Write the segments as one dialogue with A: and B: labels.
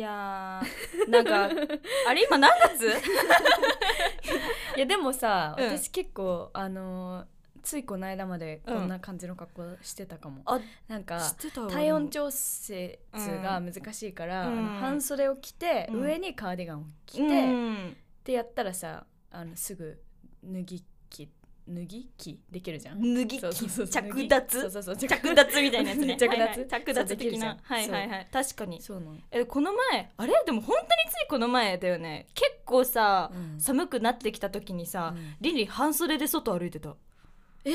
A: やーなん かあれ今何 月
B: いやでもさ、
A: うん
B: 私結構あのーついこの間までこんな感じの格好してたかも、
A: あ
B: なんか
A: てた
B: 体温調節が難しいから、
A: うん
B: あの半袖を着て、
A: うん
B: 上にカーディガンを着て、
A: うん
B: ってやったらさあのすぐ脱ぎ着脱ぎ着できるじゃん
A: 脱ぎ
B: そうそうそう
A: 着
B: 脱そう
A: 脱
B: そうそう
A: 着脱みたいなやつね
B: 着脱
A: はいはい 着
B: そ
A: 脱
B: うできる
A: 的
B: じゃん
A: なはいはいはい確かに
B: そうなの、
A: えこの前あれでも本当についこの前だよね結構さ
B: うん
A: 寒くなってきた時にさ
B: うん
A: リリ半袖で外歩いてた
B: え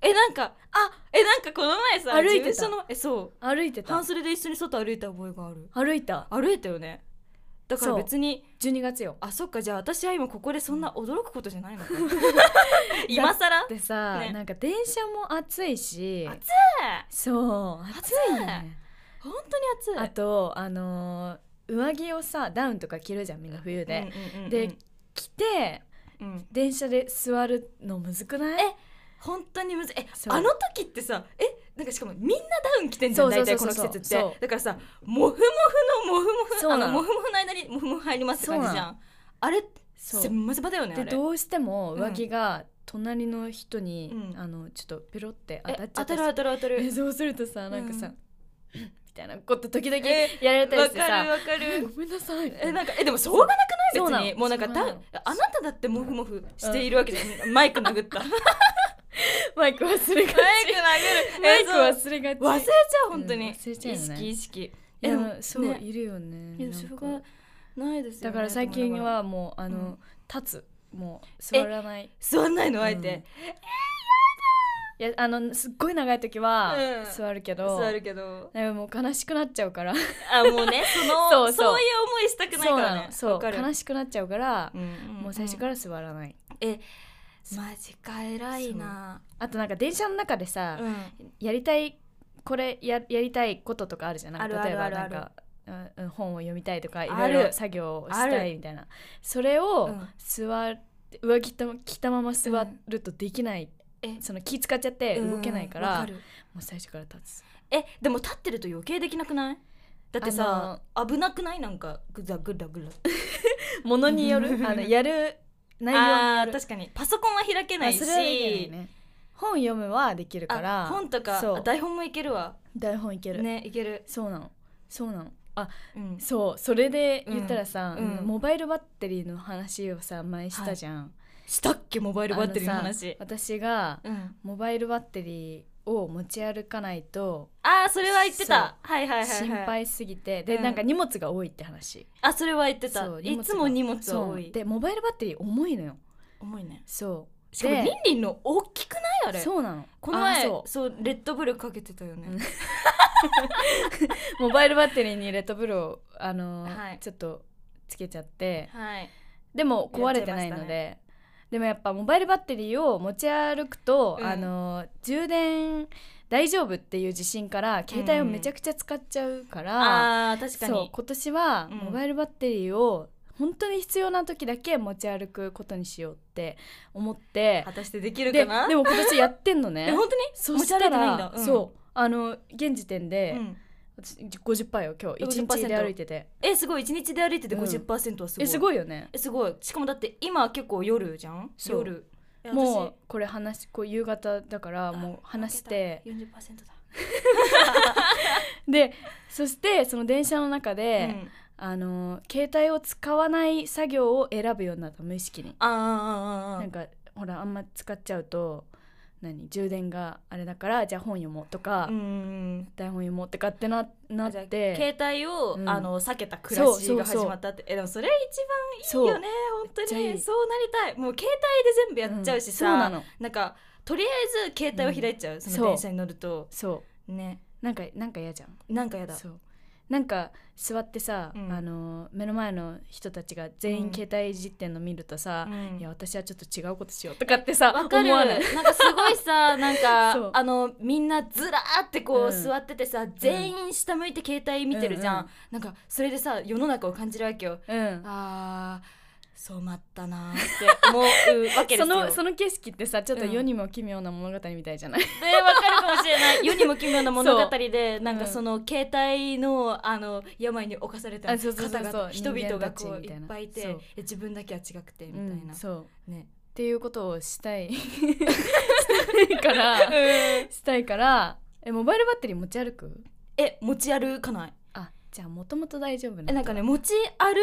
A: えなんかあえなんかこの前さ
B: 歩いてた
A: 事務所のえそう
B: 歩いてた
A: 半袖で一緒に外歩いた覚えがある
B: 歩いた
A: 歩いたよねだから
B: そう
A: 別に
B: 12月よ
A: あそっかじゃあ私は今ここでそんな驚くことじゃないのかな 今更
B: でさ、
A: ね
B: なんか電車も暑いし
A: 暑い
B: そう暑いよね
A: 本当に
B: あ
A: 暑い
B: とあのー上着をさダウンとか着るじゃんみんな冬で、
A: うんうんうん
B: で着て
A: うん
B: 電車で座るのむずくないえ
A: 本当にむずいえ
B: そう
A: あの時ってさえなんかしかもみんなダウン着てんじゃん
B: そうそ
A: 大
B: うそ
A: 体
B: う
A: こ
B: そう
A: の季節っ
B: そう
A: てだからさモフモフのモフモ
B: そ
A: フ
B: う
A: あ
B: な
A: の
B: の
A: モフモフの間にモフモフ入りますって感じじゃんあれ
B: そう
A: せんませばだよねあ
B: で
A: れ
B: どうしても上着が隣の人に、
A: うん
B: あのちょっとペロって当
A: え
B: たっちゃ
A: 当
B: った
A: た
B: り
A: る当たる当た
B: え
A: る
B: そうするとさなんかさ、
A: う
B: みたいなこと時々や
A: え
B: られたり
A: わ
B: してさ
A: かるわかる
B: ごめんなさい
A: えなんかえでもしょうがなく
B: そうな
A: な
B: の
A: い別にもうなんか
B: そう
A: だ
B: なの
A: あなただってモフモフしているわけじゃんマイク殴ったマイク
B: マイク忘れがち
A: 殴る
B: マイ
A: え
B: ク
A: そう
B: 忘れがち
A: 忘れちゃう本当
B: うん
A: に意
B: 忘れちゃうよね
A: 識意識
B: い
A: え
B: や
A: でも
B: そう、
A: ね
B: いるよね
A: いや
B: なん
A: し
B: か
A: ょうがないですよ
B: だ
A: ね
B: から最近はもうあの、
A: うん
B: 立つもう座らない
A: 座んないのあえ
B: うん
A: て
B: いやあのすっごい長い時は
A: うん
B: 座るけど、
A: 座るけ ど
B: でももう悲しくなっちゃうから
A: あもうねその
B: そ
A: そうう
B: そう
A: いう思いしたくない
B: そ
A: か
B: うな
A: らね
B: のそう
A: わかる
B: 悲しくなっちゃうから、
A: うんうん
B: もう最初から座らない
A: うんマジか偉いな
B: あとなんか電車の中でさ、
A: うん
B: やりたいこれややりたいこととかあるじゃんなん
A: ある
B: か
A: ある
B: 例えば
A: ある
B: な
A: あ
B: ん
A: る
B: かうんうん本を読みたいとかいろ
A: あ
B: い
A: る
B: ろ作業をしたいみたいなそれを
A: うん
B: 座って上着と着たまま座るとできない、
A: え
B: その気使っちゃって動けないから、
A: うんわ
B: も
A: る
B: う最初から立つ
A: えでも立ってると余計できなくないだってさ危なくないなんかグダグダグダ
B: ものによ るあのやる内容によ
A: あー
B: る
A: 確かにパソコンは開けないし
B: あそれはできないね本読むはできるから
A: あ本とか
B: そう
A: あ台本もいけるわ
B: 台本いける、
A: ねいける
B: そうなのそうなのあ
A: うん
B: そうそれで言ったらさ、
A: うんうん
B: モバイルバッテリーの話をさ前したじゃん、
A: したっけモバイルバッテリーの話
B: あのさ私が
A: うん
B: モバイルバッテリーを持ち歩かないと
A: あーそれは言ってたはいはいはいはい
B: 心配すぎて、で、
A: うん
B: なんか荷物が多いって話
A: あそれは言ってた
B: そう荷
A: い
B: 物が
A: つも荷物は多
B: そう
A: い
B: でモバイルバッテリー重いのよ
A: 重いね
B: そう
A: しかも
B: で
A: リンリンの大きくないあれ
B: そうなの
A: この前
B: あ
A: そ
B: そう
A: レッドブルかけてたよね、
B: うんう モバイルバッテリーにレッドブルをあのー
A: はい
B: ちょっとつけちゃって
A: はい
B: でも壊れてないので、でもやっぱモバイルバッテリーを持ち歩くと、
A: うん
B: あの充電大丈夫っていう自信から携帯をめちゃくちゃ使っちゃうから、
A: あー確か
B: そう
A: に
B: 今年は
A: うん
B: モバイルバッテリーを本当に必要な時だけ持ち歩くことにしようって思って
A: 果たしてできる
B: で
A: か
B: で
A: な
B: も今年やってんの
A: え
B: ね
A: 本当に
B: そしたら
A: 持ち歩いてないんだうん
B: そうあの現時点で、
A: うん
B: 私50%よ今日1日で
A: 50%
B: 歩いてて
A: えすごい一日で歩いてて
B: うん
A: 50%はすごい、
B: えすごいよね
A: えすごいしかもだって今結構夜じゃん
B: そう
A: 夜え私
B: もうこれ話しこう夕方だから
A: あ
B: もう話して
A: 負けた40%だ、
B: でそしてその電車の中で、
A: うん
B: あの携帯を使わない作業を選ぶようになった無意識に
A: あああああ
B: なんかほらあんま使っちゃうと何充電があれだからじゃあ本読もうとか、
A: あうん
B: 台本読もうとかってななっ
A: じゃあ
B: て
A: 携帯を、
B: うん
A: あの避けた暮
B: そ
A: ら
B: う
A: し
B: そう
A: が
B: そう
A: 始まったってえでもそれ一番い
B: そ
A: ういよね本当
B: めっちゃ
A: に
B: いい
A: そうなりたいもう携帯で全部やっちゃうしさ、
B: んそうなの
A: なんかとりあえず携帯を開いちゃう、そ
B: そう
A: の電車に乗ると
B: そう
A: ね
B: なんかなんか嫌じゃん
A: なんかやだ
B: そうなんか座ってさ、
A: うん
B: あの目の前の人たちが全
A: う
B: 員
A: ん
B: 携帯いじってんの見るとさ、
A: うん
B: いや私はちょっと違うことしようとかってさ
A: わかる
B: 思わ
A: な
B: ない
A: んかすごい さなん
B: そう
A: かあのみんなずらーってこ
B: うん
A: う座っててさ、全員下向いて携帯見てるじゃん、
B: うん
A: なんかそれでさ世の中を感じるわけよ
B: うん
A: あー染まったなーって思うわけですよ
B: そのその景色ってさちょっと
A: うん
B: 世にも奇妙な物語みたいじゃない、
A: でわかるかもしれ ない世にも奇妙な物語でなんかその携帯のあの病に侵された
B: あ
A: 方
B: そうそうそうそう
A: 々人々がこ
B: 人間たち
A: う
B: み
A: い
B: たい
A: っ
B: な
A: ぱいいて
B: そう
A: え自分だけは違くてみた
B: う
A: い
B: ん
A: な、
B: そうっ
A: ね
B: ていうことをしたいしたいからしたいからえモバイルバッテリー持ち歩く
A: え持ち歩かない
B: あじゃあもともと大丈夫
A: えなんかね持ち歩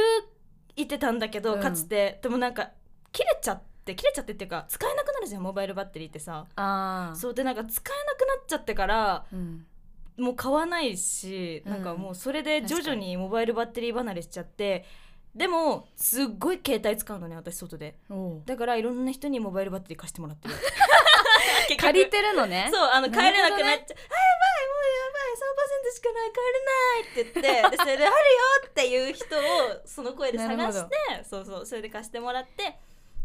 A: いてたんだけど
B: うん
A: かつて、でもなんか切れちゃって切れちゃってっていうか使えなくなるじゃんモバイルバッテリーってさ
B: ああ
A: そうでなんか使えなくなっちゃってから
B: う、ん、
A: もう買わないし、
B: うん
A: なんかもうそれで徐々
B: 確か
A: にモバイルバッテリー離れしちゃってでもすっごい携帯使うのね私外で
B: おう
A: だからいろんな人にモバイルバッテリー貸してもらってる結局
B: 借りてるのね
A: そうあの帰
B: なるほどね
A: れなくなっちゃう、あやばいもうやばい3%しかない帰れ ないって言ってでそれであるよっていう人をその声で探
B: なる
A: し
B: ほ
A: てそうそうそれで貸してもらってっ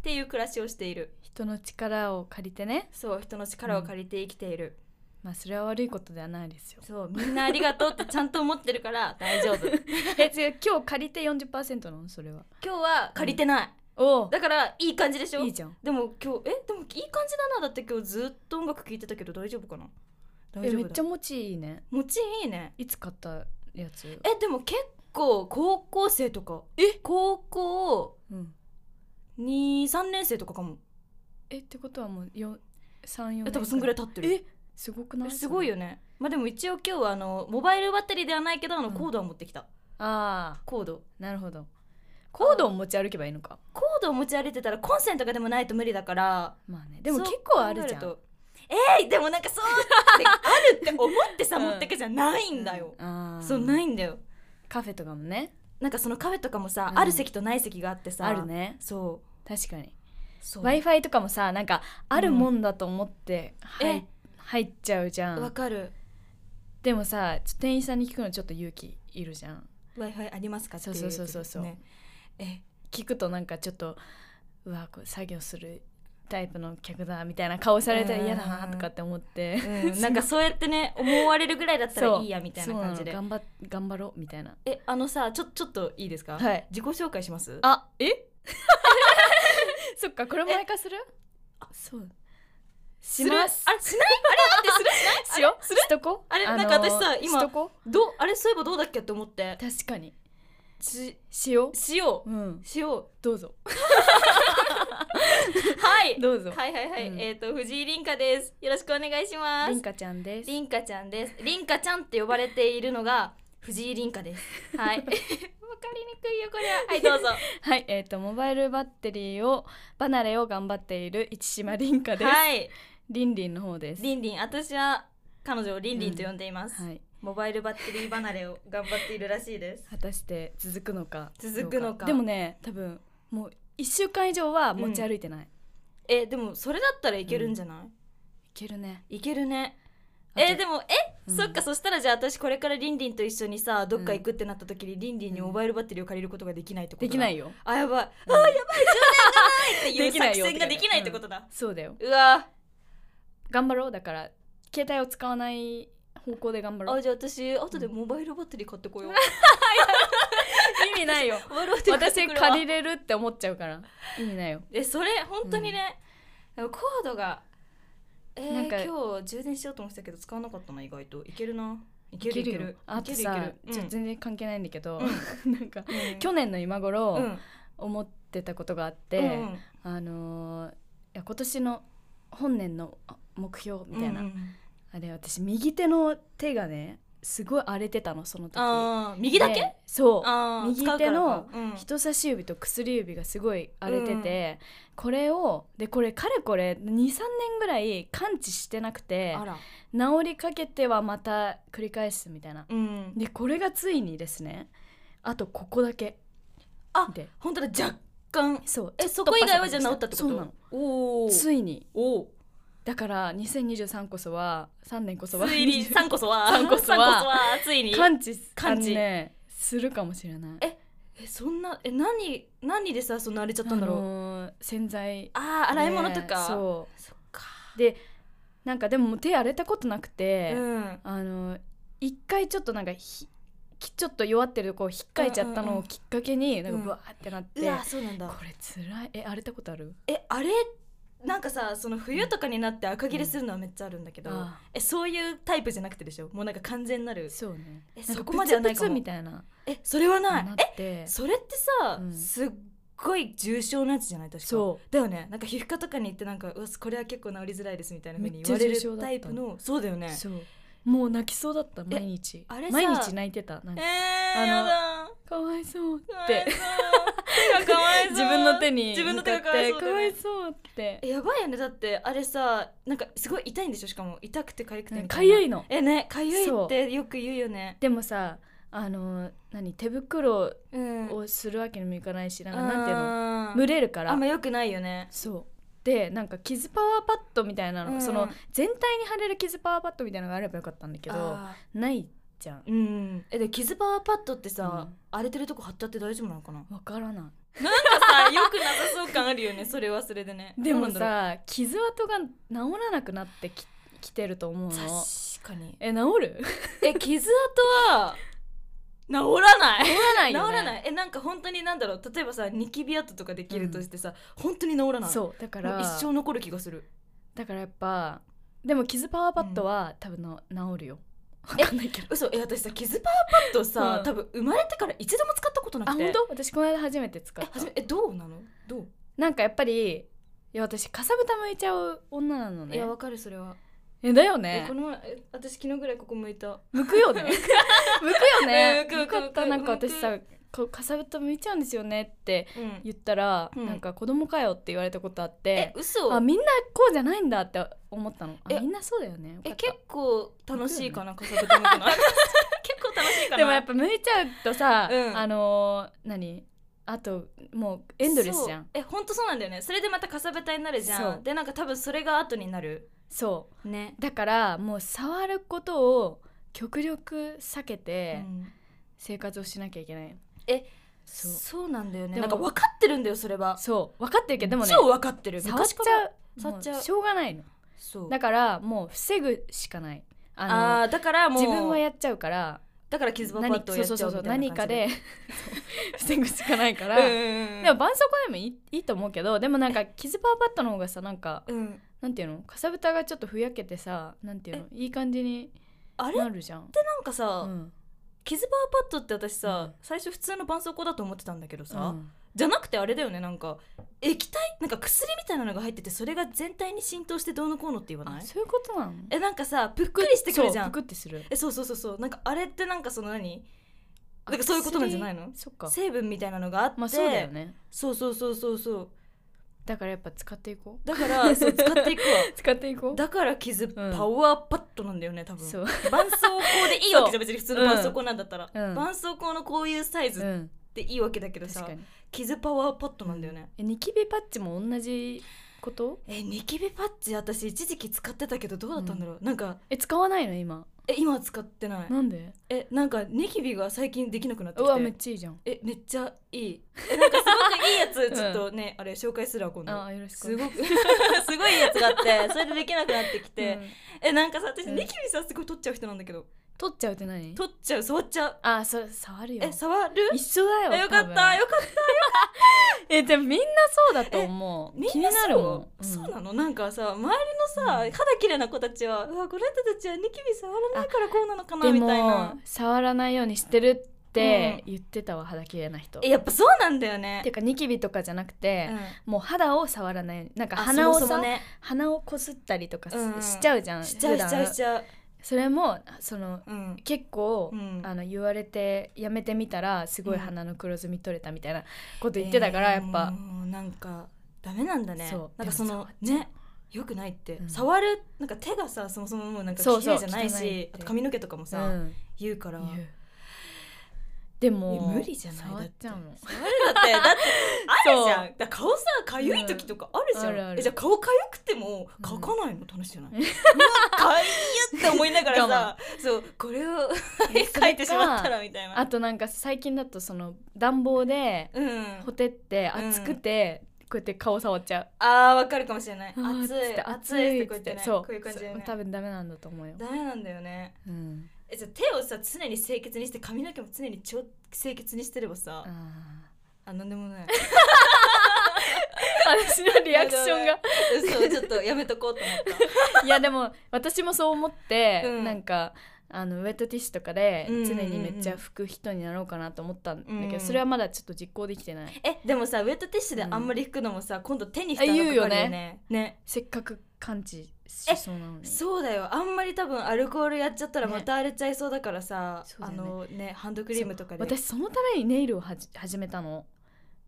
A: ていう暮らしをしている
B: 人の力を借りてね
A: そう人の力を借りて生きている、
B: まあそれは悪いことではないで すよ
A: そうみんなありがとうってちゃんと思ってるから大丈夫今
B: え違う今日借りて40%なのそれは
A: 日は借りてない、
B: おお
A: だからいい感じでしょ
B: いいじゃん
A: でも今日えでもいい感じだなだって今日ずっと音楽聴いてたけど大丈夫かな
B: え
A: 大丈
B: め
A: 夫
B: っ
A: だ
B: ちゃ持ちいいね
A: 持ちいいね
B: いつ買ったやつ
A: えでも結構高校生とかえ高校
B: うん、
A: 23年生とかかも
B: えってことはもう34年
A: え多分そんぐらい
B: 経
A: 経ってる
B: えすごくな
A: え
B: い
A: すごいよねまあでも一応今日はあのモバイルバッテリーではないけどあの
B: うん
A: コードは持ってきた、
B: あ
A: コード
B: あなるほどコードを持ち歩けばいいのか
A: コードを持ち歩いてたらコンセントがでもないと無理だから
B: まあねでも
A: そう
B: 結構あるじゃん
A: 考えるとえー、でもなんかそうって あるって思ってさ、
B: うん
A: 持ってくじゃんないんだよ、
B: ああ
A: そうないんだよ
B: カフェとかもね
A: なんかそのカフェとかもさ、
B: うん
A: ある席とない席があってさ
B: あるね
A: そ
B: 確かに
A: うそう
B: w i f i とかもさなんかあるもんだと思って入,、
A: え
B: 入っちゃうじゃ
A: わ
B: ん
A: かる
B: でもさちょ店員さんに聞くのちょっと勇気いるじゃん
A: w i f i ありますかっていう
B: そうそうそうそう
A: ねえ
B: 聞くとなんかちょっとうわこれ作業するタイプの客だみたいな顔されたら嫌だなとかって思って
A: うん、なんかそうやってね思われるぐらいだったらいいやみたいな
B: そう
A: 感じで
B: なの頑張頑張ろうみた いな
A: えあのさちょちょっといいですか、
B: はい
A: 自己紹介します
B: あ えそっかこれも毎回するあそうします
A: るあれしないあれだってするしない
B: しようしとこ
A: あれ
B: の
A: なんか私さ今
B: しとこ
A: どうあれそういえばどうだっけって思って
B: 確かに
A: し
B: しよ
A: しよ
B: ううん
A: うしよ
B: どうぞ
A: うはい
B: どうぞ
A: はいはいはい、
B: うん
A: えっ、と藤井凛香ですよろしくお願いしま
B: り
A: す
B: んかちゃんです
A: 凛香ちゃんです凛香ちゃんって呼ばれているのが藤井凛香ですはい わかりにくいよこれははいどうぞ
B: はいえっ、とモバイルバッテリーを離れを頑張っている市島りんかです、
A: はい
B: りんりんの方です
A: りんりん私は彼女をりんりんと呼んでいます、
B: はい
A: モバイルバッテリー離れを頑張っているらしいです。
B: 果たして続くのか
A: 続くのか
B: どうでもね多分もう一週間以上は持ち歩いてない、い
A: えでもそれだったらいけるんじゃない？
B: けるね
A: いけるね。えで
B: も
A: もえ、そっかそしたらじゃあ私これからりんりんと一緒にさどっか行くってなった時にりんりんにモバイルバッテリーを借りることができないってこと
B: で
A: だ。
B: きないよ
A: あやばい
B: あやばい
A: っていう
B: できな
A: 作
B: いよ
A: 戦ができないってことだ。
B: そうだよ
A: うわ
B: 頑張ろうだから携帯を使わない方向で頑張ろ
A: あ
B: う
A: じゃあ私後でモバイルバッテリー買ってこよう。
B: 意味ないよ
A: モバイルバッテリー買って
B: 私
A: くるわ
B: 借りれるって思っちゃ うから意味ないよ
A: えそれ本当にね、でもコードがえー、
B: なんか
A: 今日充電しようと思ってたけど使わなかったな意外といけるないけるいける
B: あとさ
A: いけるい
B: ち
A: け
B: ょ
A: る
B: 全然関係ないんだけど、 なんか
A: うんうん
B: 去年の今頃、
A: うん
B: 思ってたことがあって、
A: うん
B: あのーいや今年の本年のあ目標みたいな、
A: うんうん
B: あれ私右手の手がねすごい荒れてたのその時
A: あー右だけ
B: でそう
A: あー
B: 右
A: 使うから
B: 手の
A: かうん
B: 人差し指と薬指がすごい荒れてて、これをでこれかれこれ23年ぐらい完治してなくて
A: あら
B: 治りかけてはまた繰り返すみたいな
A: うん
B: でこれがついにですねあとここだけ
A: あ
B: で
A: 本当だ若干
B: そう
A: え
B: ちょ
A: そ
B: っと
A: こ以外はじゃあ治ったってこと
B: そうなの
A: おお
B: ついに
A: おお
B: だから2023こそは3年こそは
A: ついに 三こそは
B: 三こそは
A: 三ついに
B: 完治
A: 完治
B: あのねするかもしれない
A: ええそんなえ何何でさそんな荒れちゃったんだ
B: あ
A: ろう
B: のー洗剤
A: あー洗い物と
B: ね
A: か
B: そ
A: そっか
B: うでなんかでももう手荒れたことなくて、
A: うん
B: あのー一回ちょっとなんかひきちょっと弱ってるこう引っかいちゃったのをきっかけに
A: ん
B: な
A: うん
B: ん
A: うん
B: かブワーってなって、
A: うわそうなんだ
B: これつらいえ荒れたことある
A: えあれなんかさその冬とかになって赤切れするのはめっちゃあるんだけど、
B: あ
A: えそういうタイプじゃなくてでしょもうなんか完全なる
B: そうね
A: え
B: なんか
A: そこまではないかも
B: プツプツみたいな
A: えそれはない
B: なっ
A: え
B: て
A: それってさ、
B: うん
A: すっごい重症なやつじゃない確か
B: そ
A: だよねなんか皮膚科とかに行ってなんかうわこれは結構治りづらいですみたいな風に
B: めっ
A: 言
B: ちゃ
A: われ
B: 重症だ
A: る
B: った
A: タイプのそうだよ
B: う
A: ね
B: そうもう泣きそうだった毎日
A: あれさ
B: 毎日泣いてたなん
A: え
B: か
A: ー、
B: あの
A: やだ
B: かわいそうっ
A: かわい
B: て
A: そう手がかわいそう
B: 自分の手に
A: 自分の手が
B: 向
A: か
B: っ
A: わい
B: て
A: そう
B: か
A: だよ
B: わ
A: ね
B: いそうって
A: えやばいよねだってあれさなんかすごい痛いんでしょしかも痛くて痒くてみた
B: か
A: いな
B: ゆいの
A: えね痒い
B: そ
A: っ
B: う
A: てよく言うよね
B: でもさあの何手袋
A: うん
B: をするわけにもいかないしなんか
A: あー
B: なんていうの蒸れるか
A: あ
B: ら
A: んま良くないよね
B: そうでなんか傷パワーパッドみたいなの、
A: うん
B: その全体に貼れる傷パワーパッドみたいなのがあればよかったんだけど
A: あ
B: ないじゃん
A: ーうんえで傷パワーパッドってさ、
B: うん
A: 荒れてるとこ貼っちゃって大丈夫なのか な
B: わからな
A: なんかさよくなさそう感あるよねそれはそれでね
B: いでも
A: どうなんだ
B: さ傷跡が治らなくなってききてると思う
A: ろ
B: の
A: う確かに
B: え治る
A: え傷跡は治らない
B: 治らない
A: 治
B: よ、ね、
A: らないえなんか本当になんだろう例えばさニキビ跡とかできるとしてさ、本当に治らない
B: そうだか
A: もう
B: ら
A: 一生残る気がする
B: だからやっぱでも傷パワーパッドは、多分の治るよわかんないけど
A: 嘘え私さ傷パワーパッドさ、
B: うん
A: 多分生まれてから一度も使ったことな
B: あ
A: くて
B: 本当私この間初めて使っ
A: え
B: た
A: はじめえどうなのどう、
B: なんかやっぱりいや私かさぶた向いちゃう女なの
A: い
B: ね
A: やわかるそれは、
B: えだよ
A: え
B: ね
A: この前え私昨日ぐらいここ向いた
B: 向くよ ね向くよね
A: うん向く
B: よかっ
A: 向
B: た
A: く
B: なんか私さこかさぶた向いちゃうんですよねって
A: うん
B: 言ったら、
A: うん
B: なんか子供かよって言われたことあっ
A: え
B: て
A: 嘘
B: あみんなこうじゃないんだって思ったのあ
A: え
B: みんなそうだよねよか
A: え
B: った
A: 結構楽しいかなかさぶた向く の結構楽しいかな
B: でもやっぱ向いちゃうとさ、
A: うん
B: あのー何あともうエンドレスじゃん
A: そうえ本当そうなんだよねそれでまたかさぶたになるじゃ
B: そ
A: ん
B: う
A: でなんか多分それが後になる
B: そう
A: ね、
B: だからもう触ることを極力避け
A: う
B: て
A: ん
B: 生活をしなきゃいけない、
A: え
B: そう
A: そうなんだよね
B: で
A: な
B: も
A: んか分かってるんだよそれは
B: そう分かってるけどでもね
A: 超分かってる
B: 触っ
A: 昔
B: ち
A: から
B: ゃう
A: 触っちゃう
B: もしょうがないの
A: そう
B: だからもう防ぐしかないあの
A: あーだからもう
B: 自分はやっちゃうから
A: だから傷ばば
B: 何
A: っとやっちゃうみたいな感じ
B: そうそうそう何かで 防ぐしかないから、で
A: で
B: も、絆創膏でもいいいいと思うけどでもなんか傷パワーパッドの方がさなんか
A: うん、
B: なんていうのかさぶたがちょっとふやけてさなんていうのいい感じに
A: あれな
B: なるじゃん
A: んかさ、
B: うん
A: 傷パワーパッドって私さ、
B: うん
A: 最初普通の絆創膏だと思ってたんだけどさ、
B: うん
A: じゃなくてあれだよねなんか液体なんか薬みたいなのが入っててそれが全体に浸透してどうのこうのって言わな
B: あ
A: い
B: そういうことなの
A: えなんかさぷっくりしてくるじゃ
B: そう
A: ん
B: ぷくってする
A: えそうそうそうそうなんかあれってなんかその何なんかそういうことなんじゃないの
B: 薬そっか
A: 成分みたいなのがあって、
B: まあそうだよね
A: そうそうそうそうそう
B: だからやっぱ使っていこう
A: だから そう使っていくわ
B: 使っていこ
A: だから傷パワーパッドなんだよね多分
B: そう
A: 絆創膏でいいわけじゃん別に普通の絆創膏なんだったら、
B: うん
A: 絆創膏のこういうサイ
B: う
A: ズ
B: ん
A: でいいわけだけど
B: 確
A: さ、
B: かに
A: 傷パワーパッドなんだよね、
B: えニキビパッチも同じこと
A: えニキビパッチ私一時期使ってたけどどうだったんだろう、なんか
B: え使わないの今
A: え今は使ってない
B: なんで
A: えなんかニキビが最近できなくなって
B: う
A: き
B: わめってちゃいいじゃん
A: えめっちゃいいえなんかすごくいいやつちょっとね、あれ紹介するわ今度
B: あよろしく
A: すごく すごいやつがあってそれでできなくなってきて、
B: うん
A: えなんかさ私
B: うん
A: ニキビさすごい取っちゃう人なんだけど
B: 取っちゃうって何
A: 取っちゃう触っちゃう
B: あそ触るよ
A: え触る
B: 一緒だよ
A: えよかっ
B: 多
A: た
B: 分
A: よかっ
B: えでもみんなそうだと思
A: た
B: う
A: み
B: 気
A: ん
B: に
A: な
B: なるもん
A: そう,、そう
B: の
A: なのなんかさ周りのさ、
B: うん
A: 肌綺麗な子たちはうわこの人たちはニキビ触らないからこうなのかな
B: で
A: みたいな
B: も触らないようにしてるって言ってたわ肌綺麗な人
A: えやっぱそうなんだよね
B: て、かニキビとかじゃなくて
A: うん
B: もう肌を触らないようになんか
A: あ
B: 鼻をさ
A: そもそもね
B: 鼻をこすったりとかす
A: うん
B: しちゃうじゃん、
A: しちゃう
B: 普
A: し
B: 段
A: ちゃうしちゃう
B: それもその
A: うん
B: 結構、
A: うん
B: あの言われてやめてみたらすご
A: う
B: い
A: ん
B: 鼻の黒ずみ取れたみたいなこと言ってたから、
A: えー
B: やっぱ
A: もうなんかダメなんだね
B: そう
A: なんかその
B: でも触っちゃう
A: ねよくないって、
B: うん
A: 触るなんか手がさそもそももうなんか
B: そう
A: 綺
B: そう
A: 麗じゃないし
B: 汚いって
A: あと髪の毛とかもさ、
B: うん
A: 言うから
B: 言うでも
A: いや無理じゃない
B: 触っちゃうの
A: 触るだってだってあるじゃん
B: そ
A: だから顔さかゆい時とかあるじゃん、
B: うんあるある
A: えじゃあ顔かゆくても
B: うん
A: 描かないの楽し いない、うわかゆいって思いながらさそうこれを 描いてしまったらみたいな
B: あとなんか最近だとその暖房で
A: うん
B: ほてって
A: うん
B: 暑くて、こうやって顔触っちゃう
A: あーわかるかもしれない
B: あー
A: 熱
B: っつっ
A: い
B: て
A: 熱いってこうやってね
B: そう
A: こういう感じでね
B: そう多分ダメなんだと思うよ、
A: ダメなんだよね
B: うん
A: えじゃあ手をさ常に清潔にして髪の毛も常に超清潔にしてればさ、
B: あ
A: あなんでもない
B: ー 私のリアクションが
A: そうちょっとやめとこうと思っ
B: いやでも私もそう思って、
A: うん
B: なんかあのウェットティッシュとかで
A: うんうんうん
B: 常にめっちゃ拭く人になろうかなと思ったんだけど、
A: うん
B: それはまだちょっと実行できてない
A: たえでもさウェットティッシュであんまり拭くのもさ、今度手に負担がかかるよ
B: あ言うよ
A: ねね
B: せっかく感知しそうなのに
A: そうだよあんまり多分アルコールやっちゃったら
B: ね
A: また荒れちゃいそうだからさ、
B: そう
A: あ
B: だよね
A: のねハンドクリームとかで
B: 私そのためにネイルをはじ始めたの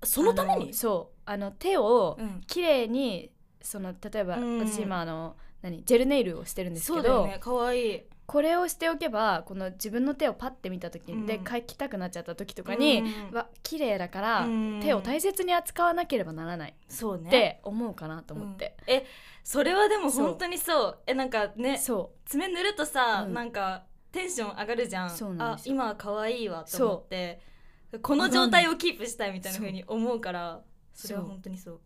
A: そのため
B: あ
A: に
B: のそうあの手を
A: うん
B: 綺麗にその例えば、
A: うん
B: 私今あの何ジェルネイルをしてるんです
A: そ
B: け
A: うだよ
B: ど、
A: ね可愛いい
B: これをしておけばこの自分の手をパッて見た時、
A: うん
B: で書きたくなっちゃった時とかに、
A: うん
B: わ綺麗だから、
A: うん
B: 手を大切に扱わなければならない
A: そうね
B: って思うかなと思って、
A: うんえそれはでも本当にそうえなんかね
B: そ
A: 爪塗るとさ、
B: うん
A: なんかテンション上がるじゃん
B: そうなん
A: あ
B: ですよ
A: 今は可愛いわと思ってこの状態をキープしたいみたいな風に思うから
B: そ
A: そうれは本当にそう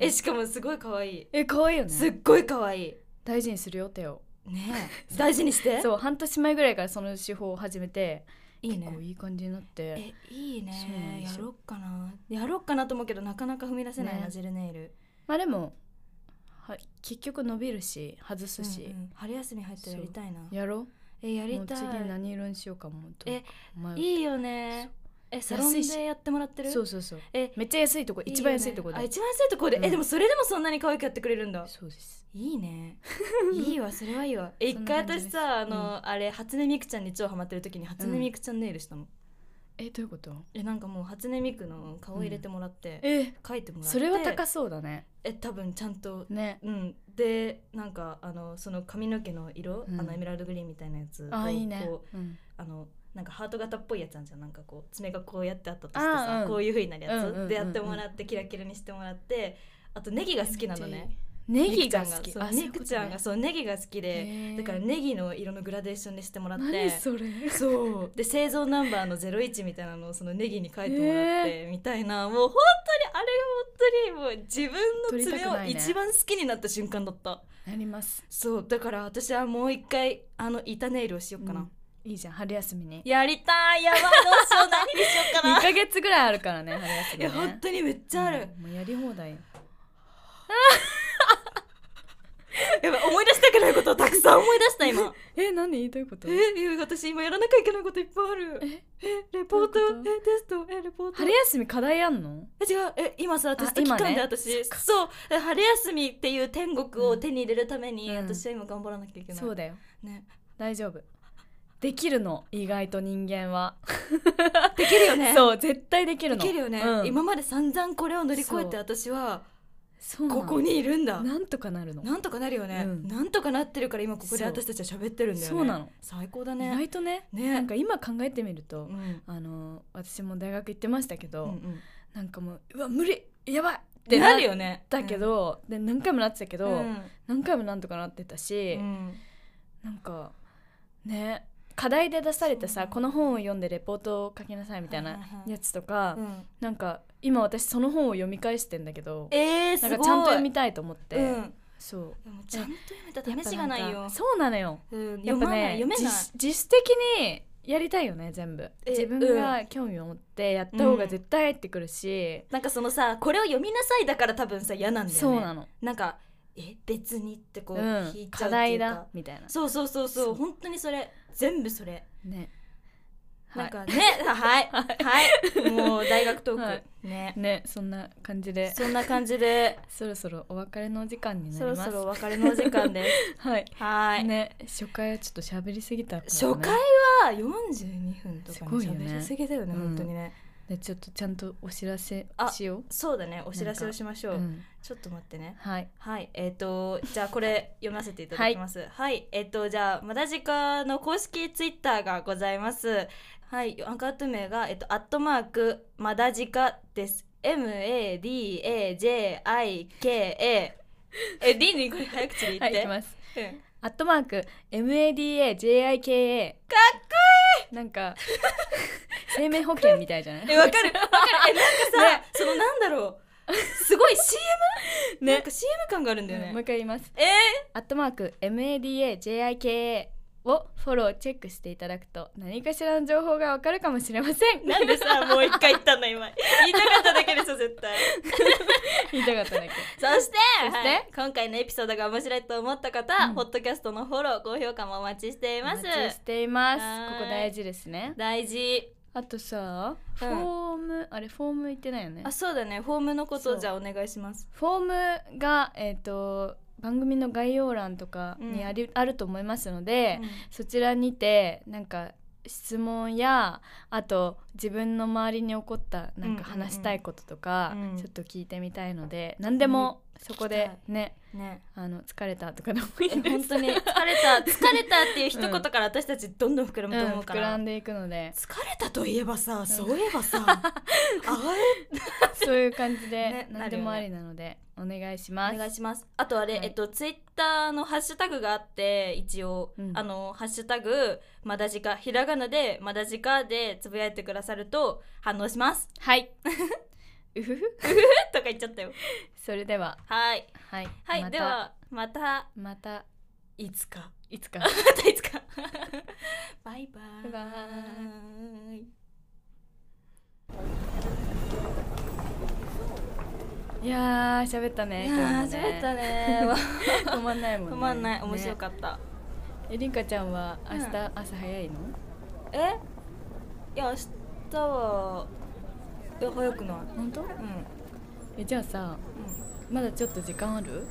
A: えしかもすごい可愛いう
B: え可愛いよね
A: すっごい可愛い
B: 大事にするよ手を
A: ねえ大事にして
B: そう半年前ぐらいからその手法を始めて
A: いい
B: 結構
A: ね
B: いい感じになって
A: えいい
B: そうなん
A: ね
B: です
A: や
B: よ
A: ろっかなやろっかなと思うけどなかなか踏み出せないな、
B: ね
A: ジェルネイル
B: まあでもは結局伸びるし外すし、
A: うんうん春休み入ったらやりたいな
B: やろ
A: えや
B: う
A: りた
B: もう次
A: い
B: 何色にしようかもうど
A: え
B: 迷う
A: いいよねえサロン
B: 安いし
A: でやってもらってる
B: そうそうそう
A: え
B: めっちゃ安いとこ一番安いとこで
A: いよねあ一番安いとこで、
B: うん
A: えでもそれでもそんなに可愛くやってくれるんだ
B: そうです
A: いい ねいいわそれはいいわえ
B: そ
A: 一
B: んな
A: 回
B: 感じ
A: 私
B: です
A: さあの、あれ初音ミクちゃんに超ハマってる時に初音ミクちゃんネイルしたの、
B: えどういうこと
A: えなんかもう初音ミクの顔入れてもらって、
B: え
A: 描いてもらって
B: それは高そうだね
A: え多分ちゃんと
B: ね
A: うんでなんかあのその髪の毛の色、
B: うん
A: あのエメラルドグリーンみたいなやつ
B: あ
A: を
B: いいね
A: こう
B: うん
A: あのなんかハート型っぽいやつなんじゃんなんかこう爪がこうやってあったとして
B: あ
A: さ、
B: ーうん
A: こういうふうになるやつ、
B: うんうんうんうん
A: でやってもらってキラキラにしてもらってあとネギが好きなのね
B: ネギが好
A: ネ
B: き
A: ちゃんがそうネギちゃんが
B: 好
A: そうネギが好き
B: き
A: でだからネギの色のグラデーションにしてもらって
B: 何それ
A: そうで製造ナンバーの01みたいなのをそのネギに書いてもらって、みたいなもう本当にあれが本当にもう自
B: 取りた
A: 分
B: く
A: の
B: な
A: 爪を
B: いね
A: 一番好きになった瞬間だった、
B: なります
A: そうだから私はもう一回あの板ネイルをしようかな、
B: うんいいじゃん春休みに
A: やりたいやばいどうしよう何にしようか
B: 2
A: な
B: ヶ月ぐらいあるからね春休
A: い
B: みね
A: や本当にめっちゃある、
B: うんもうやり放題
A: やばい思い出したくないことをたくさん思い出した今
B: え何どういうこと
A: えいや私今やらなきゃいけないこといっぱいある
B: え
A: レポート
B: どういうこと
A: えテストえレポート
B: 春休み課題あんの
A: え違うえ今さテスト期
B: 今ね
A: 間で私
B: そっか
A: そうえ春休みっていう天国を手に入れるために、
B: うん
A: 私は今頑張らなきゃいけない
B: そうだよ
A: ね
B: 大丈夫できるの意外と人間は
A: できるよね
B: そう絶対でき
A: で
B: るの
A: きるよね、
B: うん
A: 今まで散々これを乗り越えて
B: そう
A: 私は
B: そうなの
A: ここにいるんだ
B: なんとかなるの
A: なんとかなるよね、
B: うん
A: なんとかなってるから今ここで
B: そう
A: 私たちは喋ってるんだよね
B: そうなの
A: 最高だ
B: 意
A: ね
B: 外とね
A: ね
B: なんか今考えてみると
A: うん
B: あの私も大学行ってましたけ
A: うんう
B: ど
A: ん、っ
B: なんかもううわ無理やばいってて
A: な
B: な
A: る
B: っ
A: よね
B: たけどで何回もなってたけ
A: う
B: ど
A: ん
B: 何回もなんとかなってたし
A: うん
B: なんかね課題で出されて
A: そう
B: さこの本を読んでレポートを書きなさいみたい
A: はい
B: な
A: はいはい
B: やつとか
A: うん
B: なんか今私その本を読み返してんだけど
A: えー、すご
B: なん
A: い
B: かちゃんと読みたいと思って
A: うん、
B: そう
A: でもちゃんと読めたら試しがない
B: やっぱ
A: よ
B: んかそうなのよ
A: うん、
B: や
A: 読
B: っぱ
A: まない
B: ね
A: 読めない
B: 自自主的にやりたいよね全部
A: え
B: 自分が興味を持ってやった方が絶対入ってくるし、
A: なんかそのさこれを読みなさいだから多分さ嫌なんだよね
B: そうなの、
A: なんかえ別にってこう
B: う
A: 引
B: ん
A: い、ちゃう
B: 課
A: ってい
B: 題
A: うか、
B: だみたいな
A: そうそうそうそう
B: そう
A: 本当にそれ全部それ、
B: ね
A: なん
B: は
A: かね はいはいもう大学トーク、
B: はい
A: ね
B: いねそんな感じで
A: そんな感じ で
B: そろそろお別れのお時間にな
A: そ
B: り
A: ろ
B: ます
A: そろお別れのお時間です
B: はい、
A: はい、
B: ね初回はちょっと喋りすぎたから、ね、
A: 初回は42分と
B: す
A: か
B: ご
A: に
B: いよね
A: 喋りすぎだよね
B: うん
A: 本当にね、
B: でちょっとちゃんとお知らせ
A: あ
B: しよ
A: そうだねお知らせをしまし
B: う
A: ょう、
B: うん
A: ちょっと待ってね
B: はい
A: はい、えっ、と、じゃあこ れ読ませていただきます。はい、えっ、と、じゃあ、まだじかの公式ツイッターがございます。はい、アカウント名が、えっ、と、アットマーク、まだじかです。M-A-D-A-J-I-K-A。え、リンリンこれ早口で言
B: は
A: っ
B: い
A: て。
B: 行きます
A: うん
B: アットマーク MADAJIKA かっこいいなんか 生命保険みたいじゃない
A: え、わかるわかる。え、なんかさ、そのなんだろう。すごい CM? なんか CM 感があるんだよね。
B: もう一回言います
A: え
B: アットマーク MADAJIKA
A: ー
B: をフォローチェックしていただくと何かしらの情報がわかるかもしれません。
A: なんでさもう一回言ったの今言いたかっただけですよ絶対
B: 言いたかっただけ。
A: そして
B: そして
A: はい今回のエピソードが面白いと思った方、
B: うん
A: ポッドキャストのフォロー高評価もお待ちしています
B: お待ちしています
A: はーい
B: ここ大事ですね
A: 大事
B: あとさフォーム、あれフォーム言ってないよね
A: あそうだねフォームのこと
B: そう
A: じゃあお願いします
B: フォームがえっ、と番組の概要欄とかにあり、あると思いますので、そちらにてなんか質問やあと自分の周りに起こったなんか
A: うんうんうん
B: 話したいこととか、
A: うん
B: ちょっと聞いてみたいので、何でもそこでね
A: うんね
B: あの疲れたとかでもいい
A: え
B: で
A: 本
B: す
A: 当に疲れた疲れたっていう一言から私たちどんどん膨ら
B: うん
A: むと思うか
B: 膨
A: ら、
B: らんでいく ので
A: 疲れたといえばさ、そういえば さあ
B: そういう感じで
A: ね
B: 何でもありなのでお願いしま
A: れ
B: す。
A: お願いしますあとあれ、
B: はい
A: えっとツイッターのハッシュタグがあって一応、
B: うん
A: あのハッシュタグまだじかひらがなでまだじかでつぶやいてくださると反応します
B: はい。うふふ。
A: とか言っちゃったよ
B: それでは、
A: はい
B: はい。
A: はい、
B: また
A: で。はまた
B: また
A: いつか
B: いつか。
A: またいつか バイバ
B: バイバ
A: イ
B: いやー、喋ったね。
A: いやー喋った ね
B: た。止まんないもんね。
A: 止まんない面白
B: っ
A: かった、
B: た。え、りんかちゃんは明
A: うん
B: 日朝早いの
A: えいや明日はいや早くない
B: 本当
A: うん
B: え、じゃあさ、まだちょっと時間ある